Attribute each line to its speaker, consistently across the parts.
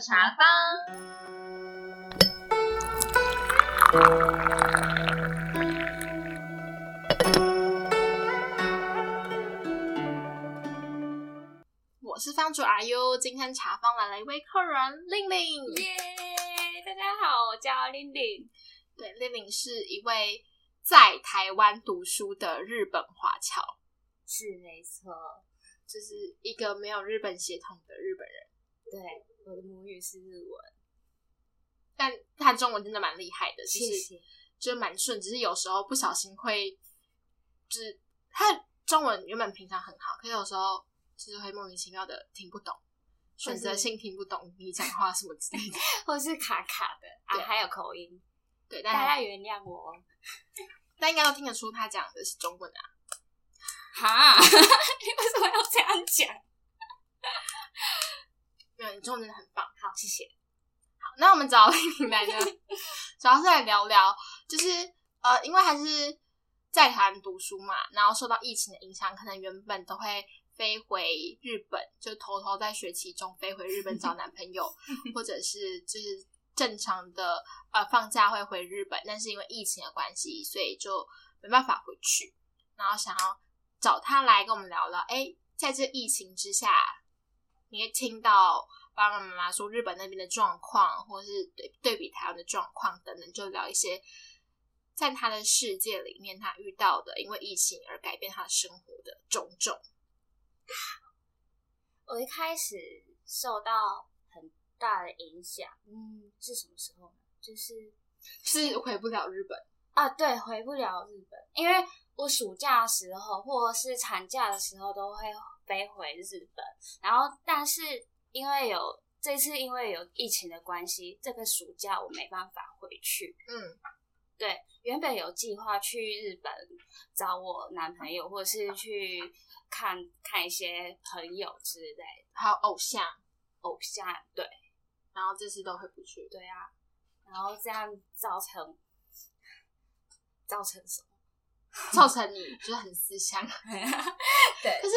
Speaker 1: 茶坊。我是方主阿 U，今天茶坊来了一位客人令令。
Speaker 2: 耶大家好，我叫玲玲。
Speaker 1: 对，令令是一位在台湾读书的日本华侨，
Speaker 2: 是没错，
Speaker 1: 就是一个没有日本血统的日本人，
Speaker 2: 对，我的母语是日文。
Speaker 1: 但他中文真的蛮厉害的，就是
Speaker 2: 谢谢。
Speaker 1: 就是蛮顺，只是有时候不小心会，就是他的中文原本平常很好，可是有时候就是会莫名其妙的听不懂，
Speaker 2: 或
Speaker 1: 选
Speaker 2: 是
Speaker 1: 择性听不懂你讲话什么之类 的。
Speaker 2: 或是卡卡的啊，
Speaker 1: 对
Speaker 2: 还有口音，
Speaker 1: 对，
Speaker 2: 大家
Speaker 1: 但
Speaker 2: 原谅我哦。
Speaker 1: 但应该都听得出他讲的是中文啊。
Speaker 2: 哈，你为什么要这样讲？
Speaker 1: 没有，你中文真的很棒。
Speaker 2: 好，谢谢。
Speaker 1: 好，那我们找丽玲来呢，主要是来聊聊，就是呃，因为还是在台湾读书嘛，然后受到疫情的影响，可能原本都会飞回日本，就偷偷在学期中飞回日本找男朋友，或者是就是正常的呃放假会回日本，但是因为疫情的关系，所以就没办法回去，然后想要找他来跟我们聊聊，哎，在这疫情之下，你会听到爸爸妈妈说日本那边的状况，或是对对比台湾的状况等等，就聊一些在他的世界里面他遇到的，因为疫情而改变他的生活的种种。
Speaker 2: 我一开始受到很大的影响，嗯，是什么时候呢？就是
Speaker 1: 是回不了日本，
Speaker 2: 啊，对，回不了日本，因为我暑假的时候或者是产假的时候都会飞回日本，然后但是因为有这次因为有疫情的关系，这个暑假我没办法回去。
Speaker 1: 嗯，
Speaker 2: 对，原本有计划去日本找我男朋友，或者是去看看一些朋友之类的
Speaker 1: 还有偶像，
Speaker 2: 偶像，对
Speaker 1: 哦然后这次都回不去。
Speaker 2: 对啊，然后这样造成造成什么？
Speaker 1: 造成你就是很思 乡。
Speaker 2: 对
Speaker 1: 可是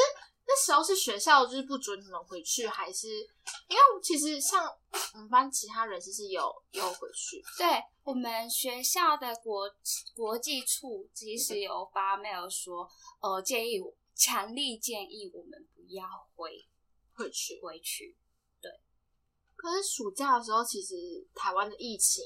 Speaker 1: 那时候是学校就是不准你们回去，还是因为其实像我们班其他人其实有有回去，
Speaker 2: 对我们学校的国国际处其实有发 mail 说，呃，建议我强力建议我们不要回
Speaker 1: 回去。
Speaker 2: 回去。
Speaker 1: 可是暑假的时候，其实台湾的疫情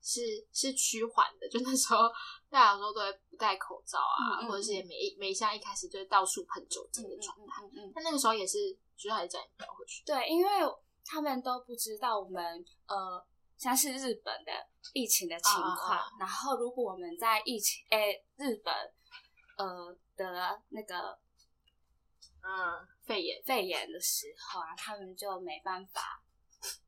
Speaker 1: 是是趋缓的，就那时候大家有时候都会不戴口罩啊，
Speaker 2: 嗯嗯
Speaker 1: 或者是也没没像一开始就是到处喷酒精的状态。
Speaker 2: 嗯嗯，
Speaker 1: 但那个时候也是学校也叫你不要回去，
Speaker 2: 对，因为他们都不知道我们呃，像是日本的疫情的情
Speaker 1: 啊啊
Speaker 2: 况，
Speaker 1: 啊
Speaker 2: 然后如果我们在疫情诶、日本呃的那个
Speaker 1: 嗯，肺炎。
Speaker 2: 肺炎的时候啊，他们就没办法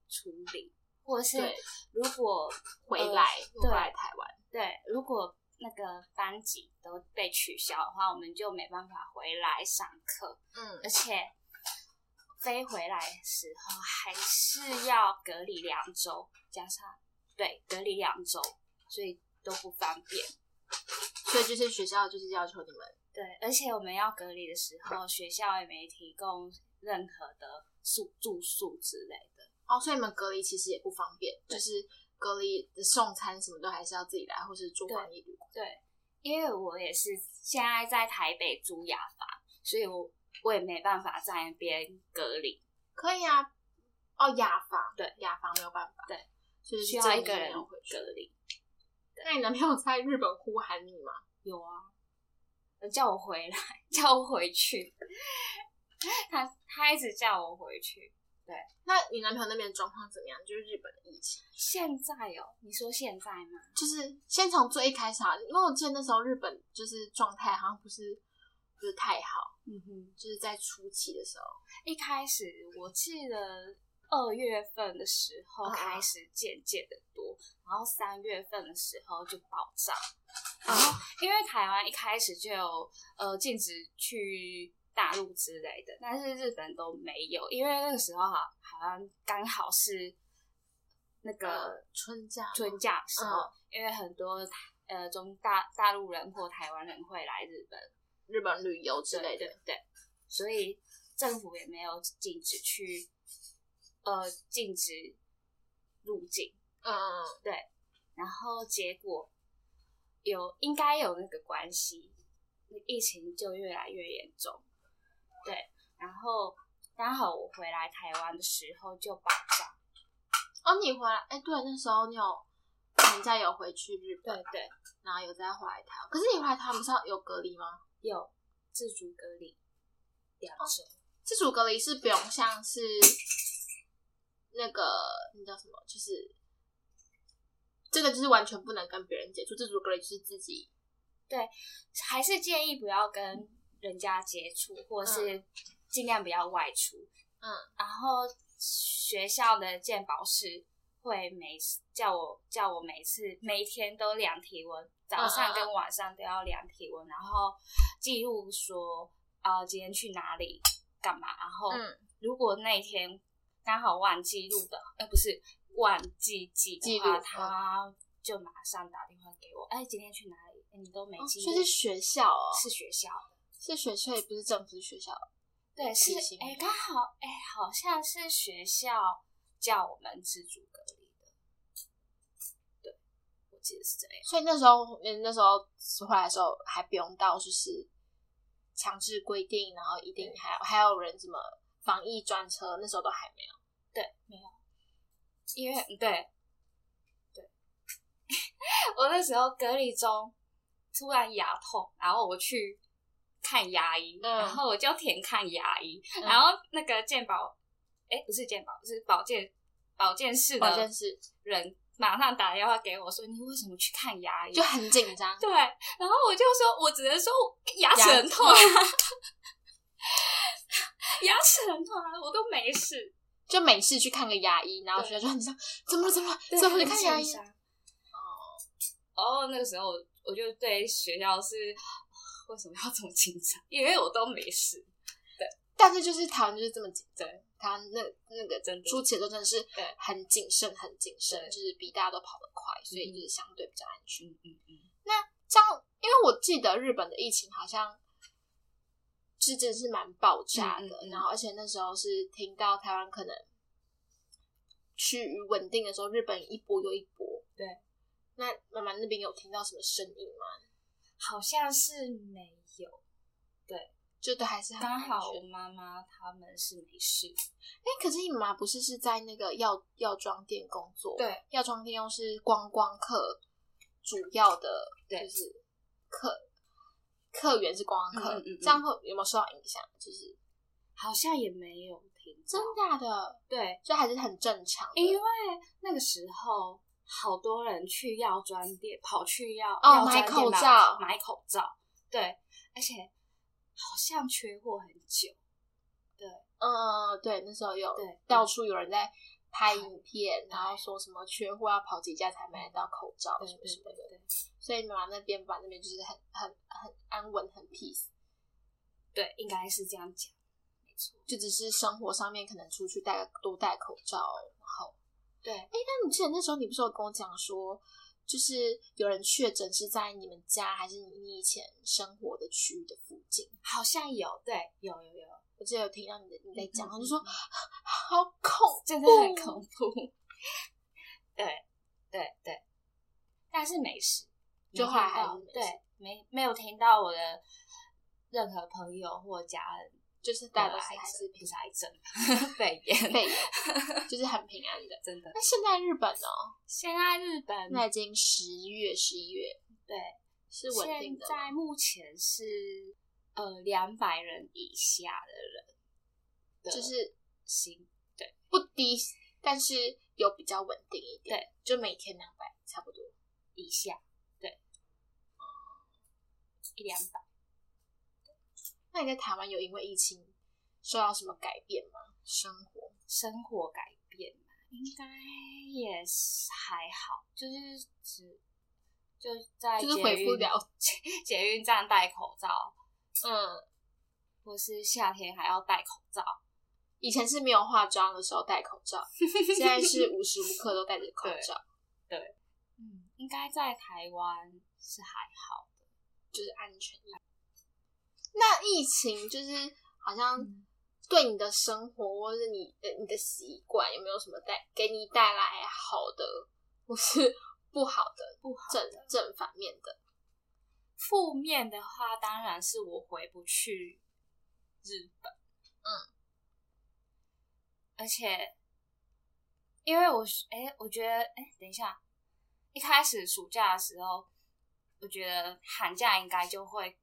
Speaker 2: 处理，或是
Speaker 1: 对
Speaker 2: 如果
Speaker 1: 回
Speaker 2: 呃
Speaker 1: 来，回
Speaker 2: 对
Speaker 1: 来台湾，
Speaker 2: 对，如果那个班级都被取消的话，我们就没办法回来上课，
Speaker 1: 嗯，
Speaker 2: 而且飞回来的时候还是要隔离两周，加上对隔离两周，所以都不方便。
Speaker 1: 所以就是学校就是要求你们
Speaker 2: 对，而且我们要隔离的时候，学校也没提供任何的宿住宿之类的。
Speaker 1: 哦，所以你们隔离其实也不方便，就是隔离的送餐什么都还是要自己来，或是住防疫旅馆。
Speaker 2: 对，因为我也是现在在台北租雅房，所以我我也没办法在那边隔离。
Speaker 1: 可以啊，哦，雅房，
Speaker 2: 对，
Speaker 1: 雅房没有办法，
Speaker 2: 对，
Speaker 1: 就是
Speaker 2: 需要一
Speaker 1: 这
Speaker 2: 个
Speaker 1: 里没
Speaker 2: 人
Speaker 1: 有回去。
Speaker 2: 隔离。
Speaker 1: 那你男朋友在日本呼喊你吗？
Speaker 2: 有啊，叫我回来，叫我回去。他他一直叫我回去。
Speaker 1: 那你男朋友那边的状况怎么样？就是日本的疫情，
Speaker 2: 现在哦，你说现在吗？
Speaker 1: 就是先从最一开始啊，因为我记得那时候日本就是状态好像不是不是太好，
Speaker 2: 嗯哼，
Speaker 1: 就是在初期的时候，
Speaker 2: 一开始我记得二月份的时候
Speaker 1: 嗯嗯
Speaker 2: 开始渐渐的多，然后三月份的时候就爆炸。
Speaker 1: 然后
Speaker 2: 因为台湾一开始就有呃禁止去大陆之类的，但是日本都没有，因为那个时候好好像刚好是那个
Speaker 1: 呃，春假，
Speaker 2: 春假的时候，
Speaker 1: 嗯
Speaker 2: 因为很多台呃中大大陆人或台湾人会来日本
Speaker 1: 日本旅游之类的，
Speaker 2: 对对对，所以政府也没有禁止去呃禁止入境，
Speaker 1: 嗯嗯
Speaker 2: 然后结果有应该有那个关系，疫情就越来越严重。对，然后刚好我回来台湾的时候就爆炸。
Speaker 1: 哦，你回来，哎、对，那时候你有寒假有回去日本，
Speaker 2: 对对，
Speaker 1: 然后有再回来台湾。可是你回来台湾不是要有隔离吗？
Speaker 2: 有自主隔离两周。
Speaker 1: 自主隔离是不用像是那个那叫什么，就是真的就是完全不能跟别人接触。自主隔离就是自己，
Speaker 2: 还是建议不要跟人家接触，或是尽量不要外出。
Speaker 1: 嗯，
Speaker 2: 然后学校的鉴宝室会每次叫我叫我每次每天都量体温，早
Speaker 1: 嗯
Speaker 2: 上跟晚上都要量体温，然后记录说呃今天去哪里干嘛，然后
Speaker 1: 嗯
Speaker 2: 如果那天刚好忘记录的，呃不是忘记记
Speaker 1: 记
Speaker 2: 的
Speaker 1: 录
Speaker 2: 话，
Speaker 1: 嗯
Speaker 2: 他就马上打电话给我，哎今天去哪里？哎你都没记录。
Speaker 1: 哦所以是学校哦，
Speaker 2: 是学校的，
Speaker 1: 是学校，也不是政府，是学校。
Speaker 2: 对，是
Speaker 1: 提醒
Speaker 2: 哎，
Speaker 1: 你
Speaker 2: 刚好哎，好像是学校叫我们自主隔离的，对，我记得是这样。
Speaker 1: 所以那时候，嗯，那时候回来的时候还不用到就是强制规定，然后一定还有还有人什么防疫专车，那时候都还没有。
Speaker 2: 对，没有，因为对对， 我那时候隔离中突然牙痛，然后我去看牙医，
Speaker 1: 嗯
Speaker 2: 然后我就填看牙医，
Speaker 1: 嗯
Speaker 2: 然后那个健保，哎，不是健保，是保健保健室
Speaker 1: 保健
Speaker 2: 的
Speaker 1: 室
Speaker 2: 人马上打电话给我说，你为什么去看牙医？
Speaker 1: 就很紧张，
Speaker 2: 对，然后我就说，我只能说我牙齿很 痛，啊
Speaker 1: 牙
Speaker 2: 牙齿很痛啊，我都没事。
Speaker 1: 就每次去看个牙医，然后学
Speaker 2: 对
Speaker 1: 校就很紧张，怎么了怎么了，
Speaker 2: 对
Speaker 1: 怎么去看牙医？
Speaker 2: 哦，那个时候我我就对学校是为什么要这么紧张？因为我都没事。
Speaker 1: 但是就是台湾就是这么紧张
Speaker 2: 对，
Speaker 1: 台湾那那个
Speaker 2: 真的
Speaker 1: 初期都真的是
Speaker 2: 对
Speaker 1: 很谨慎，很谨慎，
Speaker 2: 对
Speaker 1: 就是比大家都跑得快，所以
Speaker 2: 嗯
Speaker 1: 就是相对比较安全。
Speaker 2: 嗯嗯嗯，
Speaker 1: 这样，因为我记得日本的疫情好像是真的是蛮爆炸的，
Speaker 2: 嗯嗯嗯
Speaker 1: 然后而且那时候是听到台湾可能趋于稳定的时候，日本一波又一波。
Speaker 2: 对，
Speaker 1: 那妈妈那边有听到什么声音吗？
Speaker 2: 好像是没有。
Speaker 1: 就都还是很
Speaker 2: 刚
Speaker 1: 安
Speaker 2: 好
Speaker 1: 全
Speaker 2: 我妈妈他们是没事。
Speaker 1: 哎、可是你妈不是是在那个药药妆店工作？
Speaker 2: 对，
Speaker 1: 药妆店又是观光客主要的，
Speaker 2: 对
Speaker 1: 就是客客源是观光客，
Speaker 2: 嗯嗯嗯嗯
Speaker 1: 这样会有没有受到影响？就是
Speaker 2: 好像也没有听到，
Speaker 1: 真假的，
Speaker 2: 对，
Speaker 1: 所以还是很正常的。
Speaker 2: 因为那个时候好多人去药妆店，跑去药
Speaker 1: 哦
Speaker 2: 药妆
Speaker 1: 买
Speaker 2: 店
Speaker 1: 口
Speaker 2: 买
Speaker 1: 罩
Speaker 2: 买口罩，对，而且好像缺货很久，
Speaker 1: 嗯，对，那时候有
Speaker 2: 对
Speaker 1: 到处有人在拍影片，
Speaker 2: 对
Speaker 1: 然后说什么缺货要跑几家才买得到口罩
Speaker 2: 对
Speaker 1: 什么
Speaker 2: 对
Speaker 1: 什么
Speaker 2: 对
Speaker 1: 的。
Speaker 2: 对
Speaker 1: 所以妈妈那边吧，那边就是很很很安稳，很 peace，
Speaker 2: 对，应该是这样讲，没错，
Speaker 1: 就只是生活上面可能出去戴个多戴口罩，然后
Speaker 2: 对，
Speaker 1: 那你记得那时候你不是有跟我讲说，就是有人确诊是在你们家还是你你以前生活的区域的附近？
Speaker 2: 好像有，对，有有有，
Speaker 1: 我记得有听到你的你在讲，
Speaker 2: 嗯
Speaker 1: 我
Speaker 2: 嗯
Speaker 1: 就说
Speaker 2: 嗯嗯
Speaker 1: 好 恐，
Speaker 2: 真的很恐怖，对对对，但是没事，
Speaker 1: 就
Speaker 2: 没
Speaker 1: 后来
Speaker 2: 听
Speaker 1: 还
Speaker 2: 到
Speaker 1: 是没事
Speaker 2: 对，没没有听到我的任何朋友或家人
Speaker 1: 就是
Speaker 2: 得
Speaker 1: 大
Speaker 2: 癌
Speaker 1: 家都
Speaker 2: 症
Speaker 1: 是啊还是
Speaker 2: 不是癌症，肺 炎，
Speaker 1: 肺炎，就是很平安的。
Speaker 2: 真的。
Speaker 1: 那现在日本呢？
Speaker 2: 现在日本
Speaker 1: 那已经十月、十一月
Speaker 2: 对
Speaker 1: 是稳定的
Speaker 2: 现在目前是呃两百人以下的人
Speaker 1: 吗，
Speaker 2: 的
Speaker 1: 就是
Speaker 2: 新
Speaker 1: 不低，但是有比较稳定一点。
Speaker 2: 对，
Speaker 1: 就每天两百差不多。
Speaker 2: 以下，对，一两百。
Speaker 1: 那你在台湾有因为疫情受到什么改变吗？生活？
Speaker 2: 生活改变嘛，应该也是还好，就是只就在
Speaker 1: 就是
Speaker 2: 捷
Speaker 1: 恢复
Speaker 2: 运
Speaker 1: 了
Speaker 2: 捷运站戴口罩，
Speaker 1: 嗯，
Speaker 2: 或是夏天还要戴口罩，
Speaker 1: 以前是没有化妆的时候戴口罩，现在是无时无刻都戴着口罩，
Speaker 2: 嗯，应该在台湾是还好的。
Speaker 1: 就是安全一点。那疫情就是好像
Speaker 2: 嗯
Speaker 1: 对你的生活或者你的你的习惯有没有什么带给你带来好的或是不好的
Speaker 2: 不好
Speaker 1: 正
Speaker 2: 的
Speaker 1: 正反面的？
Speaker 2: 负面的话，当然是我回不去日本。嗯，而且因为我是哎、我觉得哎、等一下，一开始暑假的时候，我觉得寒假应该就会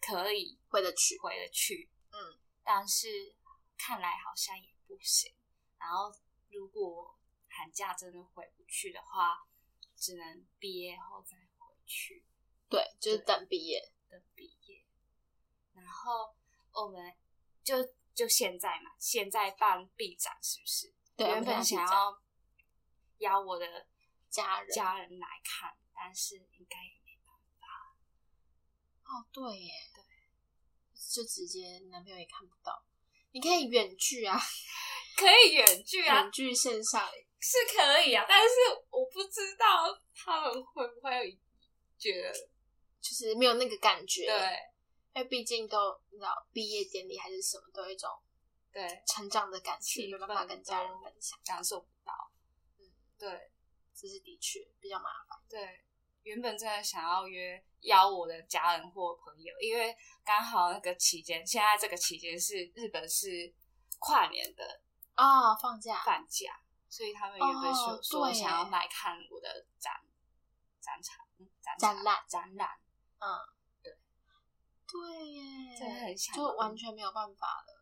Speaker 2: 可以
Speaker 1: 回得去，
Speaker 2: 回得去。
Speaker 1: 嗯，
Speaker 2: 但是看来好像也不行。然后如果寒假真的回不去的话，只能毕业后再回去。
Speaker 1: 对，就是
Speaker 2: 对
Speaker 1: 等毕业，
Speaker 2: 的毕业，然后我们就就现在嘛，现在办 B 展是不是？
Speaker 1: 对，啊
Speaker 2: 原
Speaker 1: 我
Speaker 2: 本
Speaker 1: 们现
Speaker 2: 想
Speaker 1: 在
Speaker 2: 要邀我的
Speaker 1: 家人
Speaker 2: 家人来看，但是应该也没办
Speaker 1: 哦，对耶，对，就直接男朋友也看不到，你可以远距啊，
Speaker 2: 法可以远距啊，
Speaker 1: 远距线上，
Speaker 2: 是可以啊，但是我不知道他们会不会觉得
Speaker 1: 就是没有那个感觉，
Speaker 2: 对
Speaker 1: 因为毕竟都你知道毕业典礼还是什么，都有一种
Speaker 2: 对
Speaker 1: 成长的感觉，
Speaker 2: 气
Speaker 1: 没办法
Speaker 2: 氛
Speaker 1: 跟家人
Speaker 2: 都
Speaker 1: 分享，
Speaker 2: 感受不到，
Speaker 1: 嗯
Speaker 2: 对
Speaker 1: 这是的确比较麻烦。
Speaker 2: 对，原本真的想要约邀我的家人或朋友，因为刚好那个期间，现在这个期间是日本是跨年的
Speaker 1: 哦，放假
Speaker 2: 放假，所以他们原本说、
Speaker 1: 哦
Speaker 2: 说
Speaker 1: 对
Speaker 2: 想要来看我的展展场、嗯展
Speaker 1: 展
Speaker 2: 场
Speaker 1: 览
Speaker 2: 展览，
Speaker 1: 对耶，
Speaker 2: 真的很想
Speaker 1: 就
Speaker 2: 哭
Speaker 1: 完全没有办法了。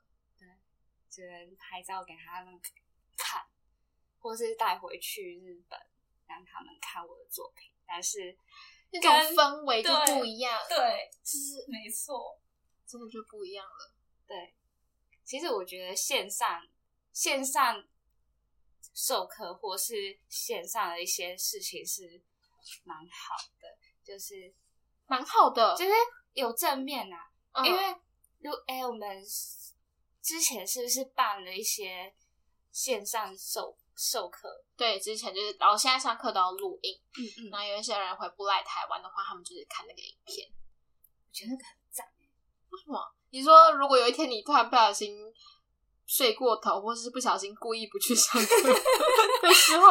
Speaker 2: 只能拍照给他们看，或是带回去日本让他们看我的作品，但是
Speaker 1: 那种
Speaker 2: 跟
Speaker 1: 氛嗯围就
Speaker 2: 对
Speaker 1: 不一样，
Speaker 2: 对，
Speaker 1: 就是
Speaker 2: 没错。
Speaker 1: 真的就不一样了。
Speaker 2: 对，其实我觉得线上线上授课或是线上的一些事情是蛮好的，就是
Speaker 1: 蛮好的，
Speaker 2: 就是有正面啊，
Speaker 1: 嗯
Speaker 2: 因为如哎、我们之前是不是办了一些线上授授课？
Speaker 1: 对之前就是，然后现在上课都要录音，
Speaker 2: 嗯嗯，
Speaker 1: 然后有一些人回不来台湾的话，他们就是看那个影片。
Speaker 2: 我觉得很赞。
Speaker 1: 为什么？你说如果有一天你突然不小心睡过头，或是不小心故意不去上 课的时候，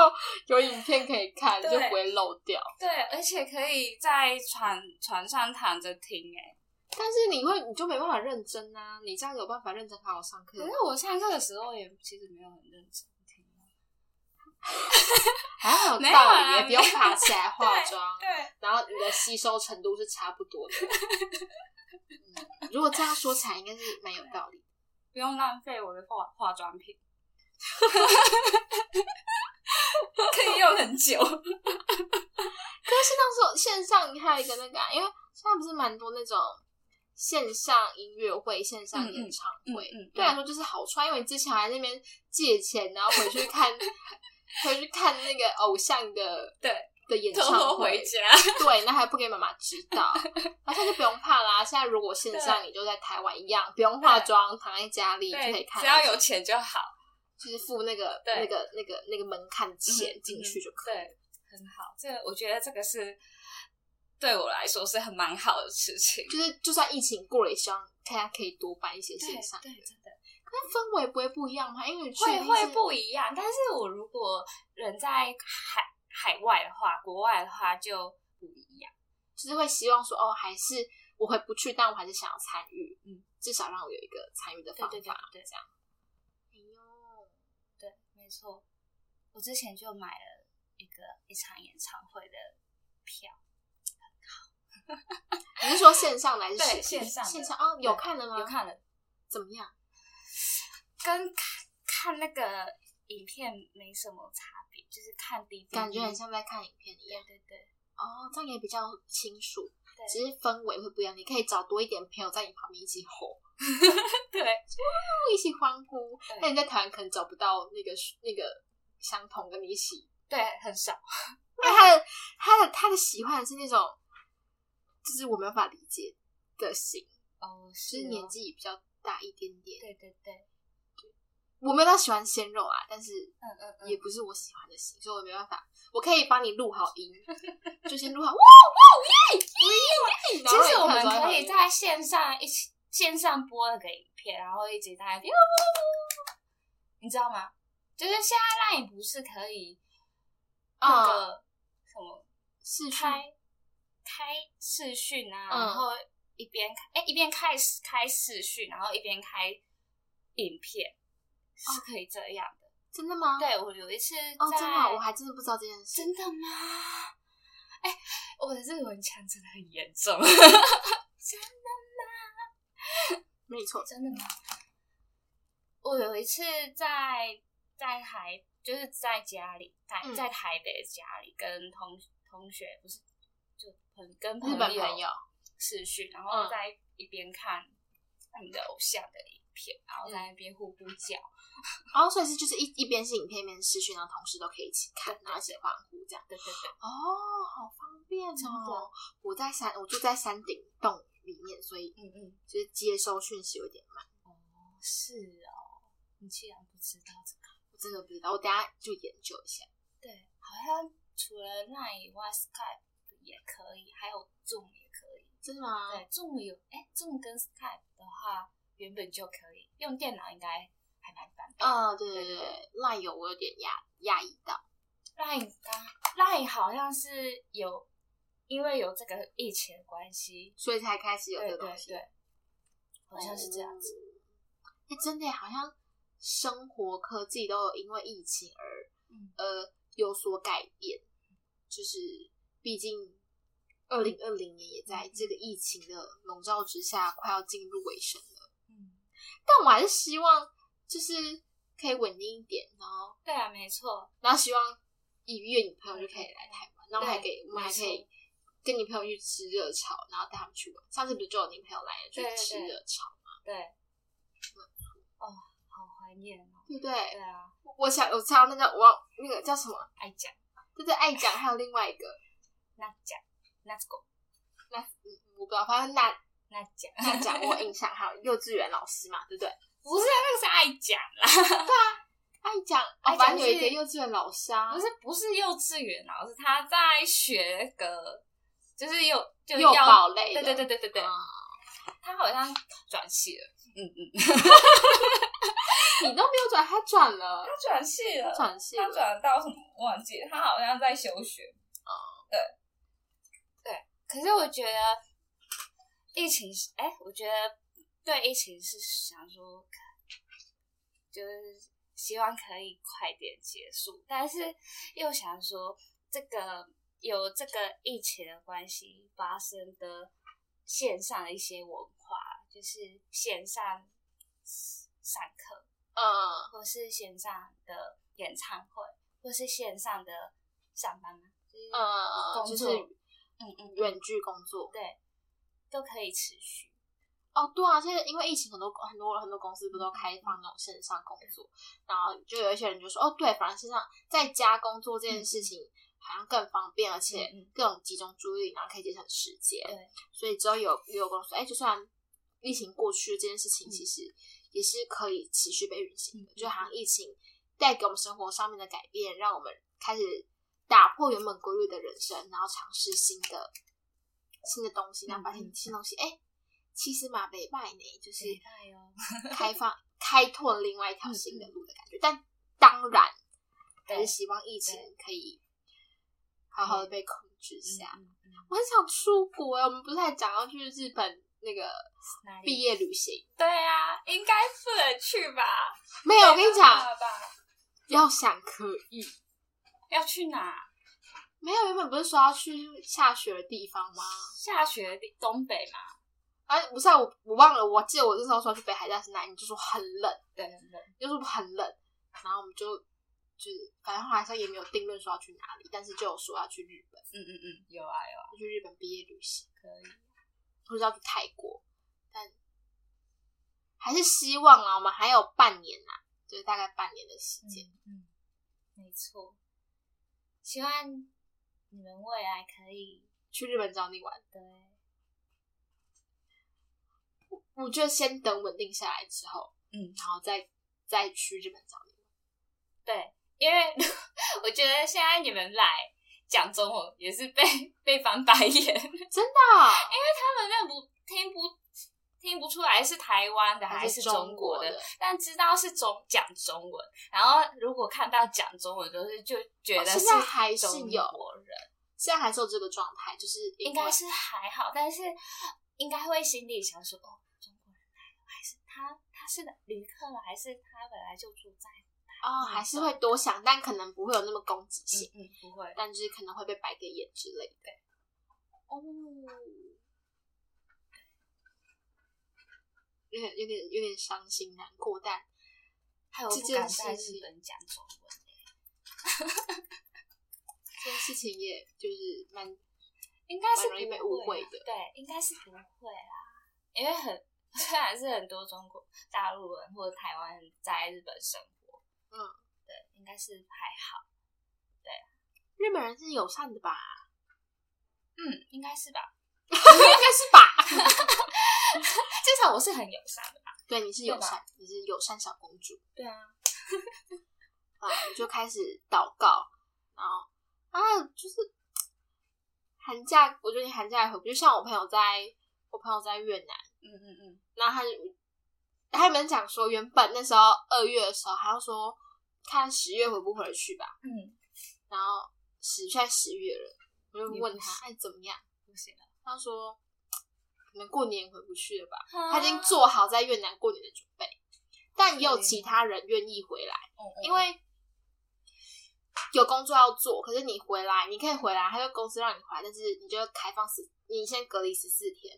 Speaker 1: 有影片可以看，就
Speaker 2: 对
Speaker 1: 不会漏掉。
Speaker 2: 对，而且可以在床床上躺着听、哎，
Speaker 1: 但是你会，你就没办法认真啊！你这样有办法认真好好上课
Speaker 2: 可是我上课的时候也其实没有很认真听。
Speaker 1: 还好有
Speaker 2: 没有
Speaker 1: 道理
Speaker 2: 啊
Speaker 1: 耶，不用爬起 来化妆，
Speaker 2: 对，
Speaker 1: 然后你的吸收程度是差不多的。嗯，如果这样说起来，应该是蛮有道理。
Speaker 2: 不用浪费我的化化妆品， 可以用很 久。
Speaker 1: 可是那时候线上还有一个那个、啊，因为现在不是蛮多那种线上音乐会、线上演唱会，
Speaker 2: 嗯嗯嗯嗯
Speaker 1: 对来说就是好处啊，因为你之前还在那边借钱，然后回去 看回去看那个偶像的
Speaker 2: 对
Speaker 1: 的演
Speaker 2: 偷
Speaker 1: 唱
Speaker 2: 偷
Speaker 1: 会
Speaker 2: 回，家，
Speaker 1: 对，那还不给妈妈知道，然后现在就不用怕啦。现在如果线上，你就在台湾一样，不用化妆，躺在家里就可以
Speaker 2: 对，
Speaker 1: 看，
Speaker 2: 只要有钱就好，
Speaker 1: 就是付那个
Speaker 2: 对
Speaker 1: 那个那个那个门槛
Speaker 2: 嗯
Speaker 1: 钱进去就可以。
Speaker 2: 对，很好。这个我觉得这个是对我来说是很蛮好的事情。
Speaker 1: 就是就算疫情过了，也希望大家可以多办一些
Speaker 2: 对
Speaker 1: 线上。
Speaker 2: 对，真的
Speaker 1: 可是氛围不会不一样吗？因为你去一
Speaker 2: 会
Speaker 1: 定
Speaker 2: 会
Speaker 1: 是
Speaker 2: 不一样。但是我如果人在海海外的话，国外的话就不一样。
Speaker 1: 就是会希望说哦，还是我回不去，但我还是想要参与，
Speaker 2: 嗯，
Speaker 1: 至少让我有一个参与的
Speaker 2: 对
Speaker 1: 方
Speaker 2: 对对
Speaker 1: 法。
Speaker 2: 对，
Speaker 1: 这样。哎呦，
Speaker 2: 对，没错。我之前就买了一个一场演唱会的票，
Speaker 1: 你是说线上的还是
Speaker 2: 对
Speaker 1: 实体
Speaker 2: 线上的
Speaker 1: 线上哦，有看了吗？
Speaker 2: 有看了，
Speaker 1: 怎么样？
Speaker 2: 跟看看那个影片没什么差别，就是看 DVD，
Speaker 1: 感觉很像在看影片一样
Speaker 2: 嗯对。对对
Speaker 1: 哦，这样也比较清楚，
Speaker 2: 对
Speaker 1: 只是氛围会不一样。你可以找多一点朋友在你旁边一起吼，
Speaker 2: 对，
Speaker 1: 一起欢呼
Speaker 2: 对。
Speaker 1: 那你在台湾可能找不到那个那个相同跟你一起
Speaker 2: 对，很少。
Speaker 1: 那他
Speaker 2: 嗯
Speaker 1: 的他的他的喜欢是那种，就是我没有办法理解的型，
Speaker 2: 哦，
Speaker 1: 就是是
Speaker 2: 哦
Speaker 1: 年，纪比较大一点点。
Speaker 2: 对对对，
Speaker 1: 我没有到喜欢鲜肉啊，但是
Speaker 2: 嗯嗯嗯，
Speaker 1: 也不是我喜欢的型，所以我没办法。我可以帮你录好 音，就先录好。哇哇耶耶！
Speaker 2: 其实我们
Speaker 1: 然后
Speaker 2: 可
Speaker 1: 你
Speaker 2: 以
Speaker 1: 看
Speaker 2: 在线上一起线上播那个影片，然后一直在那边，你知道吗？就是现在让你不是可以那个什么
Speaker 1: 是去
Speaker 2: 开开视讯啊，
Speaker 1: 嗯
Speaker 2: 然后一边哎、一边开视开视讯，然后一边开影片，是可以这样的。
Speaker 1: 真的吗？
Speaker 2: 对我有一次在、
Speaker 1: 哦，真的啊，我还真的不知道这件事。
Speaker 2: 真的吗？哎、我的日文腔真的很严重。
Speaker 1: 没错，
Speaker 2: 真的吗？我有一次在在台，就是在家里，台、
Speaker 1: 嗯
Speaker 2: 在台北的家里跟同同学，不是就很跟
Speaker 1: 日本朋友
Speaker 2: 视讯，然
Speaker 1: 嗯
Speaker 2: 后在一边看你的偶像的影片，然后在那边互呼叫。
Speaker 1: 哦，所以是就是一一边是影片，一边视讯，然后同事都可以一起看，然后一起欢呼这样。
Speaker 2: 对对对，
Speaker 1: 哦，好方便
Speaker 2: 真的
Speaker 1: 哦！我在山，我住在山顶洞里面，所以
Speaker 2: 嗯嗯，
Speaker 1: 就是接收讯息有点慢。
Speaker 2: 是哦，你竟然不知道这个？
Speaker 1: 我真的不知道，我等一下就研究一下。
Speaker 2: 对，好像除了那以外，Skype 也可以，还有 Zoom 也可以。
Speaker 1: 真的吗？
Speaker 2: 对，Zoom 有哎、z o o m 跟 Skype 的话，原本就可以用电脑，应该还蛮方便。
Speaker 1: 嗯，对对
Speaker 2: 哦对
Speaker 1: 对，Line 有我有点压压抑到。
Speaker 2: Line 刚 Line 好像是有，因为有这个疫情的关系，
Speaker 1: 所以才开始有
Speaker 2: 对
Speaker 1: 这个
Speaker 2: 对
Speaker 1: 哦东西，
Speaker 2: 对，好像是这样子。
Speaker 1: 子。哎、真的耶好像生活科技都有因为疫情而、
Speaker 2: 嗯
Speaker 1: 呃有所改变，就是毕竟二零二零年也
Speaker 2: 嗯
Speaker 1: 在这个疫情的笼罩之下，快要进入尾声了。
Speaker 2: 嗯，
Speaker 1: 但我还是希望就是可以稳定一点，然后
Speaker 2: 对啊，没错，
Speaker 1: 然后希望一月你朋友就可以来台湾，然后我们还可以
Speaker 2: 对
Speaker 1: 我们还可
Speaker 2: 没
Speaker 1: 以跟你朋友去吃热炒，然后带他们去玩。上次不是就有你朋友来了去
Speaker 2: 对对
Speaker 1: 吃
Speaker 2: 对
Speaker 1: 热炒，
Speaker 2: 对。哦，好怀念哦。
Speaker 1: 对不对？
Speaker 2: 对啊，
Speaker 1: 我我想我想到那个我要那个叫什么？
Speaker 2: 爱讲，
Speaker 1: 对对，爱讲，还有另外一个，
Speaker 2: 那讲，那狗，
Speaker 1: 那嗯我不知道，反正那
Speaker 2: 那讲，
Speaker 1: 那讲我有印象，还有幼稚园老师嘛，对不对？
Speaker 2: 不是啊那个是爱讲啦，
Speaker 1: 爱讲，哦，
Speaker 2: 爱讲
Speaker 1: 反正有一
Speaker 2: 是
Speaker 1: 个幼稚园老师啊，
Speaker 2: 不是不是幼稚园老师，他在学那个，就是幼就
Speaker 1: 幼
Speaker 2: 要
Speaker 1: 保类的，
Speaker 2: 对对对对对对，
Speaker 1: 啊
Speaker 2: 他好像转系了，嗯嗯，
Speaker 1: 你都没有转，他转了
Speaker 2: 他，转系了，
Speaker 1: 转系
Speaker 2: 他
Speaker 1: 了，
Speaker 2: 转到什么我忘记了，他好像在休学。哦，对对，可是我觉得疫情是，哎、我觉得对疫情是想说，就是希望可以快点结束，但是又想说这个有这个疫情的关系发生的线上的一些文化，就是线上上课。
Speaker 1: 嗯，
Speaker 2: 或是线上的演唱会，或是线上的上班吗？就是
Speaker 1: 呃，
Speaker 2: 工
Speaker 1: 就
Speaker 2: 作
Speaker 1: 是
Speaker 2: 嗯嗯，
Speaker 1: 远距工作。
Speaker 2: 对，都可以持续。
Speaker 1: 哦，对啊，现在因为疫情，很多很多很多公司不
Speaker 2: 嗯
Speaker 1: 都开放那种线上工作，然后就有一些人就说，哦，对，反正线上在家工作这件事情好像更方便，而且
Speaker 2: 嗯嗯嗯
Speaker 1: 更有集中注意力，然后可以节省时间。
Speaker 2: 对，
Speaker 1: 所以之后有也有公司说，哎，就算疫情过去了这件事情，
Speaker 2: 嗯
Speaker 1: 其实也是可以持续被运行的。
Speaker 2: 嗯
Speaker 1: 就好像疫情带给我们生活上面的改变，让我们开始打破原本规律的人生，然后尝试新的新的东西，然后发现
Speaker 2: 嗯
Speaker 1: 新东西，哎、其实嘛，北拜呢，就是
Speaker 2: 期待哦。
Speaker 1: 开放、开拓了另外一条新的路的感觉。但当然，还是
Speaker 2: 嗯对
Speaker 1: 希望疫情可以好好的被控制下。
Speaker 2: 嗯嗯嗯
Speaker 1: 我很想出国欸我们不是还讲要去日本那个
Speaker 2: 哪
Speaker 1: 毕
Speaker 2: 里？
Speaker 1: 业旅行？
Speaker 2: 对啊，应该不能去 吧？
Speaker 1: 没有，我跟你讲，
Speaker 2: 太可怕了吧
Speaker 1: 要想可以。
Speaker 2: 要去哪？
Speaker 1: 没有，原本不是说要去下雪的地方吗？
Speaker 2: 下雪的地东北嘛？
Speaker 1: 哎、不是啊，我我忘了，我记得我那时候说要去北海道是哪里，你就说很冷，
Speaker 2: 对，很冷。
Speaker 1: 你就说很冷，然后我们就就是反正后来好像也没有定论说要去哪里，但是就有说要去日本，
Speaker 2: 嗯嗯嗯，有啊有啊，
Speaker 1: 要去日本毕业旅行。
Speaker 2: 可以。
Speaker 1: 不知道去泰国，但还是希望啊，我们还有半年啊，就是大概半年的时间。
Speaker 2: 嗯，没错。希望你们未来可以
Speaker 1: 去日本找你玩，
Speaker 2: 对，
Speaker 1: 我觉得先等稳定下来之后，
Speaker 2: 嗯
Speaker 1: 然后再再去日本找你玩。
Speaker 2: 对，因 为我觉得现在你们来讲中文也是被被翻白眼，他
Speaker 1: 啊，
Speaker 2: 们那不听不听不出来是台湾的还
Speaker 1: 还
Speaker 2: 是
Speaker 1: 是
Speaker 2: 中
Speaker 1: 中
Speaker 2: 国
Speaker 1: 国
Speaker 2: 的，
Speaker 1: 的
Speaker 2: 但知道是中讲中文。然后如果看到讲中文，就是就觉
Speaker 1: 哦
Speaker 2: 得
Speaker 1: 现
Speaker 2: 是
Speaker 1: 在还是
Speaker 2: 中
Speaker 1: 有
Speaker 2: 国人，
Speaker 1: 现在还是有这个状态，就是因
Speaker 2: 应
Speaker 1: 为
Speaker 2: 该是还好，但是应该会心里想说，哦，中国人来了，还是他他是旅客吗？还是他本来就住在？
Speaker 1: 哦，还是会多想，但可能不会有那么攻击性。
Speaker 2: 嗯嗯，不会。
Speaker 1: 但就是可能会被白给眼之类的。哦，有点有点有点伤心难过，但
Speaker 2: 还有不
Speaker 1: 这件
Speaker 2: 敢
Speaker 1: 事
Speaker 2: 在日
Speaker 1: 情
Speaker 2: 本讲中文。
Speaker 1: 这件事情也就是蛮
Speaker 2: 应该是
Speaker 1: 蛮容易被
Speaker 2: 不
Speaker 1: 误
Speaker 2: 会
Speaker 1: 会
Speaker 2: 啊
Speaker 1: 的
Speaker 2: 对，应该是不会啦，因为很虽然是很多中国大陆人或者台湾人在日本生活，
Speaker 1: 嗯，
Speaker 2: 对，应该是还好，
Speaker 1: 日本人是友善的吧？
Speaker 2: 嗯，应该是吧。
Speaker 1: 应该是吧？
Speaker 2: 至少我是很友善的吧。
Speaker 1: 对，你是
Speaker 2: 对
Speaker 1: 友
Speaker 2: 吧
Speaker 1: 善，你是友善小公主
Speaker 2: 对啊，
Speaker 1: 啊！我就开始祷告，然后啊，就是寒假，我觉得你寒假也回不去，就像我朋友在，我朋友在越南。
Speaker 2: 嗯嗯嗯，
Speaker 1: 然后他就他们讲说，原本那时候二月的时候，还要说看十月回不回去吧，
Speaker 2: 嗯，
Speaker 1: 然后十现在十月了，我就问
Speaker 2: 你不是
Speaker 1: 他，哎，怎么样？
Speaker 2: 不行啊了，
Speaker 1: 他说可能过年回不去了吧，
Speaker 2: 他
Speaker 1: 他已经，做好在越南过年的准备，但也有
Speaker 2: 对
Speaker 1: 其他人愿意回来，因
Speaker 2: 因为
Speaker 1: 为。有工作要做，可是你回来，你可以回来，他就公司让你回来，但是你就开放十，你先隔离十四天，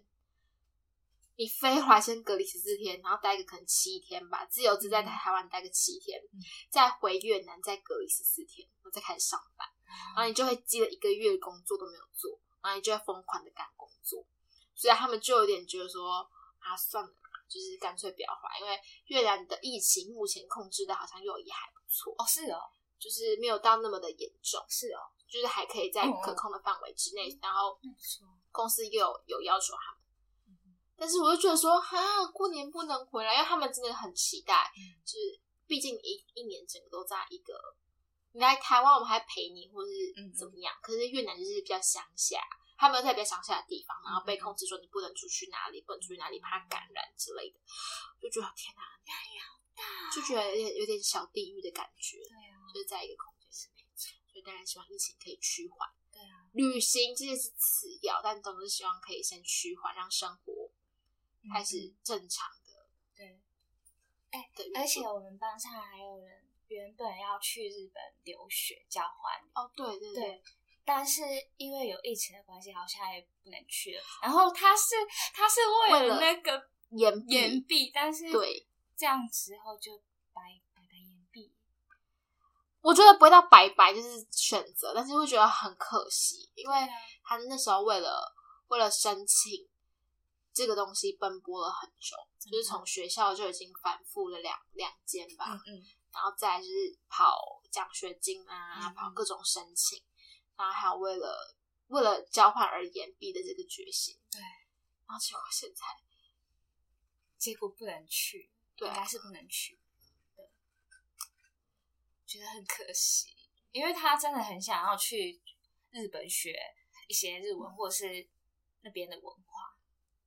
Speaker 1: 你飞回来先隔离十四天，然后待个可能七天吧，自由自在
Speaker 2: 嗯
Speaker 1: 在台湾待个七天，
Speaker 2: 嗯
Speaker 1: 再回越南再隔离十四天，然后再开始上班，然后你就会积了一个月的工作都没有做，然后你就会疯狂的赶工作，所以他们就有点觉得说啊，算了啦，就是干脆不要回来，因为越南的疫情目前控制的好像又也还不错，
Speaker 2: 哦是哦
Speaker 1: 就是没有到那么的严重，
Speaker 2: 是哦，
Speaker 1: 就是还可以在
Speaker 2: 嗯嗯
Speaker 1: 可控的范围之内，然后
Speaker 2: 那不错，嗯
Speaker 1: 公司又有有要求他们。但是我就觉得说，哈，过年不能回来，因为他们真的很期待，
Speaker 2: 嗯
Speaker 1: 就是毕竟一一年整个都在一个，你来台湾我们还陪你，或是
Speaker 2: 嗯
Speaker 1: 怎么样，可是越南就是比较乡下，他们在比较乡下的地方，然后被
Speaker 2: 嗯
Speaker 1: 控制说你不能出去哪里，不能出去哪里，怕感染之类的，就觉得天哪，压力好大，就觉得有点有点小地狱的感觉。
Speaker 2: 啊对啊，
Speaker 1: 就是在一个空间里面，所以当然希望疫情可以趋缓。
Speaker 2: 对啊，
Speaker 1: 旅行这些是次要，但总是希望可以先趋缓，让生活开
Speaker 2: 嗯
Speaker 1: 始正常的
Speaker 2: 对。
Speaker 1: 的运作。
Speaker 2: 而且我们班上还有人原本要去日本留学交换，
Speaker 1: 哦，对对
Speaker 2: 对但是因为有疫情的关系，好像也不能去了。然后他是他是为
Speaker 1: 为
Speaker 2: 了
Speaker 1: 了
Speaker 2: 那个
Speaker 1: 延毕
Speaker 2: 延毕，但是
Speaker 1: 对，
Speaker 2: 这样之后就白白白延毕。
Speaker 1: 我觉得不会到白白就是选择，但是会觉得很可惜，因为他那时候为了为了申请这个东西奔波了很久，
Speaker 2: 真的
Speaker 1: 就是从学校就已经反复了两两间吧，
Speaker 2: 嗯嗯，
Speaker 1: 然后再来就是跑奖学金啊，
Speaker 2: 嗯
Speaker 1: 跑各种申请，然后还有为了为了交换而延毕的这个决心。
Speaker 2: 对，
Speaker 1: 然后结果现在
Speaker 2: 结果不能去，
Speaker 1: 对
Speaker 2: 应
Speaker 1: 啊
Speaker 2: 该是不能去。对，觉得很可惜，因为他真的很想要去日本学一些日
Speaker 1: 嗯
Speaker 2: 文，或者是那边的文化。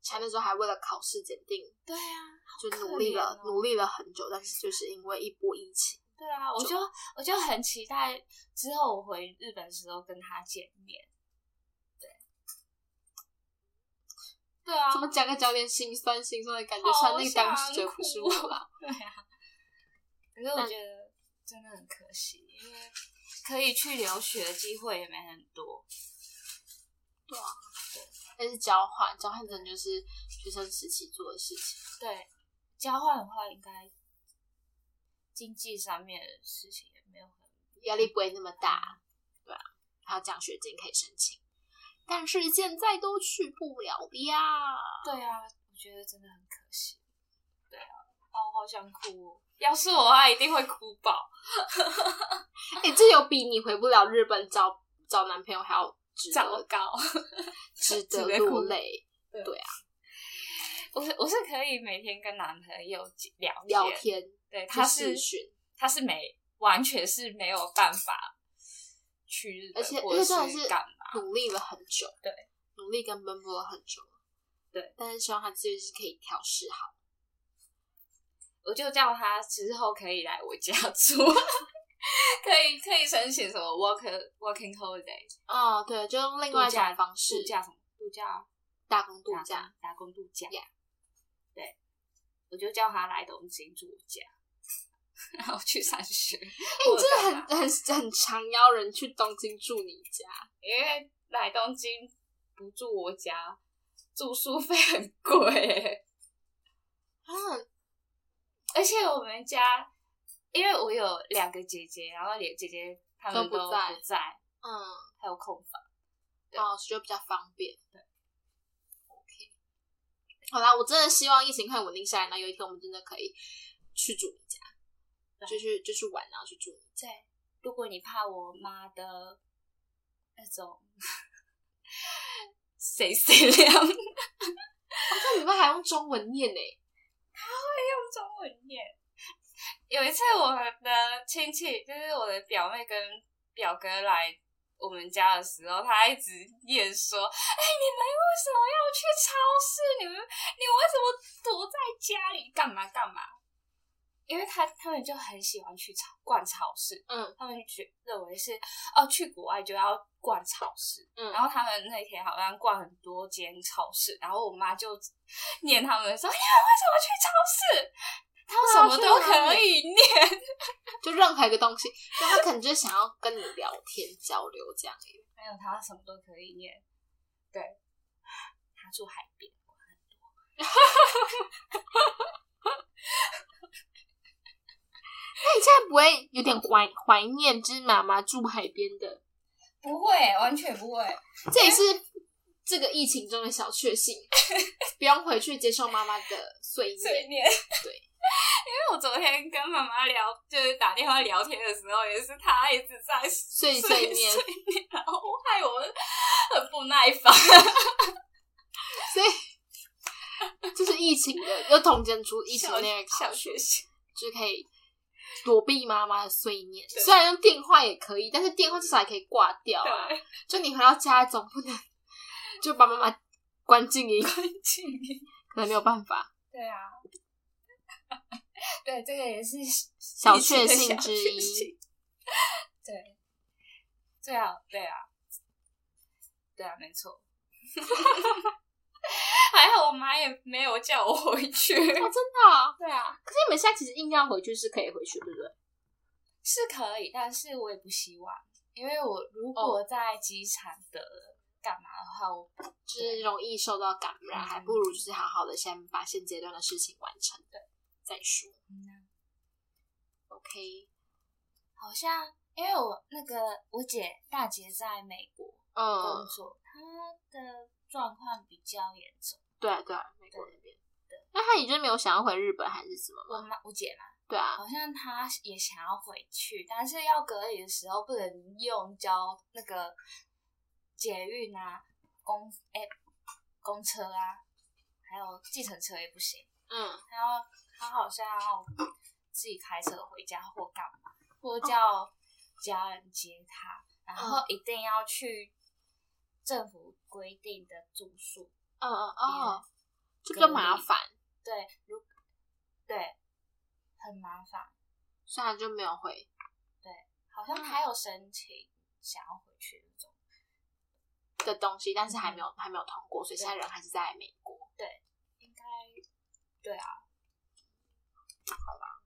Speaker 1: 他那时候还为了考试检定，
Speaker 2: 对啊，
Speaker 1: 就
Speaker 2: 可
Speaker 1: 努力了、
Speaker 2: 怜哦
Speaker 1: 努力了很久，但是就是因为一波疫情，
Speaker 2: 对啊，我就我就很期待之后我回日本的时候跟他见面。对，对啊，
Speaker 1: 怎么讲个讲点心酸心酸的感觉，
Speaker 2: 好
Speaker 1: 虽然那个
Speaker 2: 想
Speaker 1: 当时觉得不是
Speaker 2: 哭
Speaker 1: 我啦，
Speaker 2: 对啊。可是
Speaker 1: 嗯
Speaker 2: 我觉得真的很可惜，因为可以去留学的机会也没很多。
Speaker 1: 但是交换交换真的就是学生时期做的事情，
Speaker 2: 对，交换的话应该经济上面的事情也没有很
Speaker 1: 压力不会那么大，对啊，还有奖学金可以申请，但是现在都去不了呀。
Speaker 2: 对啊，我觉得真的很可惜。对啊，哦，好想哭、哦。要是我的话，一定会哭爆。
Speaker 1: 哎、这有比你回不了日本找找男朋友还要值
Speaker 2: 糟
Speaker 1: 得
Speaker 2: 糕。
Speaker 1: 值
Speaker 2: 值
Speaker 1: 得
Speaker 2: 得哭
Speaker 1: 落泪
Speaker 2: 我是我是可以每天跟男朋友聊天
Speaker 1: 聊天，
Speaker 2: 对，
Speaker 1: 去
Speaker 2: 他是
Speaker 1: 试训，
Speaker 2: 他是没完全是没有办法去日本，
Speaker 1: 而且
Speaker 2: 或
Speaker 1: 而
Speaker 2: 者
Speaker 1: 且真的
Speaker 2: 干嘛？
Speaker 1: 是努力了很久，
Speaker 2: 对，
Speaker 1: 努力跟奔波了很久，
Speaker 2: 对，
Speaker 1: 但是希望他自己是可以调试好。
Speaker 2: 我就叫他之后可以来我家住， 可以可以申请什么 work working holiday
Speaker 1: 哦，对，就用另外一
Speaker 2: 度假
Speaker 1: 种方式
Speaker 2: 度，假什么度假
Speaker 1: 打工度
Speaker 2: 打
Speaker 1: 假
Speaker 2: 工，打工度假
Speaker 1: Yeah
Speaker 2: 对，我就叫他来东京住我家，然后去上学。
Speaker 1: 哎、你
Speaker 2: 或者
Speaker 1: 真
Speaker 2: 干嘛
Speaker 1: 的很很很常邀人去东京住你家，
Speaker 2: 因为来东京不住我家，住宿费很贵欸，
Speaker 1: 啊，
Speaker 2: 而且我们家，因为我有两个姐姐，然后连姐姐她们
Speaker 1: 都不在
Speaker 2: 不在
Speaker 1: 嗯，
Speaker 2: 还有空房。对
Speaker 1: 哦，就比较方便。对，OK。好啦，我真的希望疫情快稳定下来，然后有一天我们真的可以去住你家，
Speaker 2: 对
Speaker 1: 就去就去玩，然后去住你家。
Speaker 2: 对，如果你怕我妈的那种谁 谁亮，用
Speaker 1: 那哦你们还用中文念呢、
Speaker 2: 中文念。有一次，我的亲戚就是我的表妹跟表哥来我们家的时候，他一直念说：“哎、你们为什么要去超市？你们你为什么躲在家里干嘛干嘛？”因为他他们就很喜欢去超逛超市，
Speaker 1: 嗯
Speaker 2: 他们就觉认为是哦，去国外就要逛超市。
Speaker 1: 嗯，
Speaker 2: 然后他们那天好像逛很多间超市，然后我妈就念他们说：“你们为什么去超市？”他们什么都可以念。
Speaker 1: 就任何一个东西，就他可能就是想要跟你聊天交流这样而已。
Speaker 2: 没有，他什么都可以念。对，他住海边，我很
Speaker 1: 那你现在不会有点怀怀念，就是妈妈住海边的？
Speaker 2: 不会，完全不会。
Speaker 1: 这也是这个疫情中的小确幸，不用回去接受妈妈的碎念。
Speaker 2: 碎念。对， 因为我昨天跟妈妈聊，就是打电话聊天的时候，也是她一直在
Speaker 1: 碎
Speaker 2: 碎
Speaker 1: 碎念
Speaker 2: 碎念，然后害我很不耐烦。
Speaker 1: 就是疫情的，又统整出疫情的那个
Speaker 2: 小
Speaker 1: 考
Speaker 2: 小
Speaker 1: 试，
Speaker 2: 学习，
Speaker 1: 就是可以躲避妈妈的碎念。
Speaker 2: 对
Speaker 1: 虽然用电话也可以，但是电话至少也可以挂掉啊。
Speaker 2: 对，
Speaker 1: 就你回到家，总不能就把妈妈关静音，可能没有办法。
Speaker 2: 对啊， 对，这个也是
Speaker 1: 小确幸之
Speaker 2: 小确
Speaker 1: 一
Speaker 2: 幸。对，对啊，对啊，对啊，没错。 还好我妈也没有叫我回去。
Speaker 1: 哦，真的啊、
Speaker 2: 对啊，
Speaker 1: 可是你们现在其实硬要回去是可以回去，对不对？
Speaker 2: 是可以，但是我也不希望，因为我如
Speaker 1: 哦
Speaker 2: 果在机场的干嘛的话，我
Speaker 1: 就是容易受到感染，
Speaker 2: 嗯
Speaker 1: 还不如就是好好的先把现阶段的事情完成的再说。OK，
Speaker 2: 好像因为我那个我姐大姐在美国工
Speaker 1: 嗯，
Speaker 2: 作，她的状况比较严重。
Speaker 1: 对啊对啊，美国那边。那他也就是没有想要回日本还是什么吗？
Speaker 2: 我妈我姐嘛，
Speaker 1: 对啊，
Speaker 2: 好像她也想要回去，但是要隔离的时候不能用交那个捷运啊、公哎、公车啊，还有计程车也不行。
Speaker 1: 嗯，
Speaker 2: 然后他好像要自己开车回家或干嘛，或叫家人接他，然后一定要去政府规定的住宿。
Speaker 1: 嗯嗯
Speaker 2: 哦
Speaker 1: 哦，就比较麻烦，
Speaker 2: 对，如对，很麻烦。
Speaker 1: 所以他就没有回。
Speaker 2: 好像他有申请想要回去那种。
Speaker 1: 的东西，但是还没有还没有通过，所以现在人还是在美国。
Speaker 2: 应该对啊，好吧。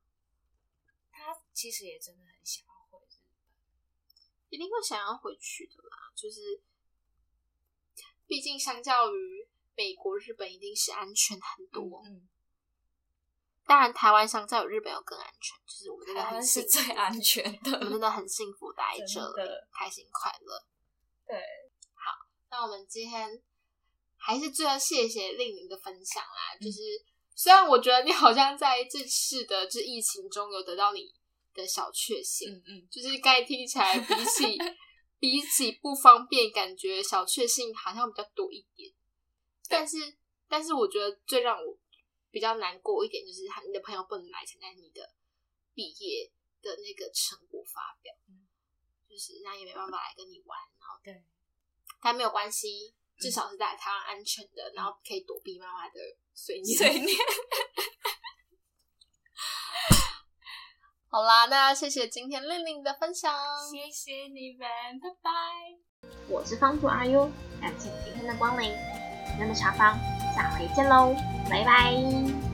Speaker 2: 他其实也真的很想要回日
Speaker 1: 一定会想要回去的啦。就是，毕竟相较于美国、日本，一定是安全很
Speaker 2: 本，
Speaker 1: 多。
Speaker 2: 嗯，
Speaker 1: 当然，台湾相较于日本又更安全，就是我们真的
Speaker 2: 台
Speaker 1: 很
Speaker 2: 湾
Speaker 1: 幸
Speaker 2: 是
Speaker 1: 福，
Speaker 2: 最安全
Speaker 1: 我们
Speaker 2: 的。
Speaker 1: 真的很幸福待在这
Speaker 2: 真
Speaker 1: 里
Speaker 2: 的，
Speaker 1: 开心快乐。
Speaker 2: 对，
Speaker 1: 那我们今天还是最后谢谢令宁的分享啦，
Speaker 2: 嗯
Speaker 1: 就是虽然我觉得你好像在这次的这疫情中有得到你的小确幸，
Speaker 2: 嗯嗯。
Speaker 1: 就是该听起来比 起比起不方便，感觉小确幸好像比较多一点。但是，但是我觉得最让我比较难过一点，就是他你的朋友不能来参加你的毕业的那个成果发表，
Speaker 2: 嗯
Speaker 1: 就是那也没办法来跟你玩，然后
Speaker 2: 对，嗯
Speaker 1: 但没有关系，至少是在台湾安全的，然后可以躲避妈妈的碎念。
Speaker 2: 碎念。
Speaker 1: 好啦，那谢谢今天令令的分享，
Speaker 2: 谢谢你们，拜拜。
Speaker 3: 我是方主阿 U，感谢今天的光临。人的茶坊，下回见喽，拜拜。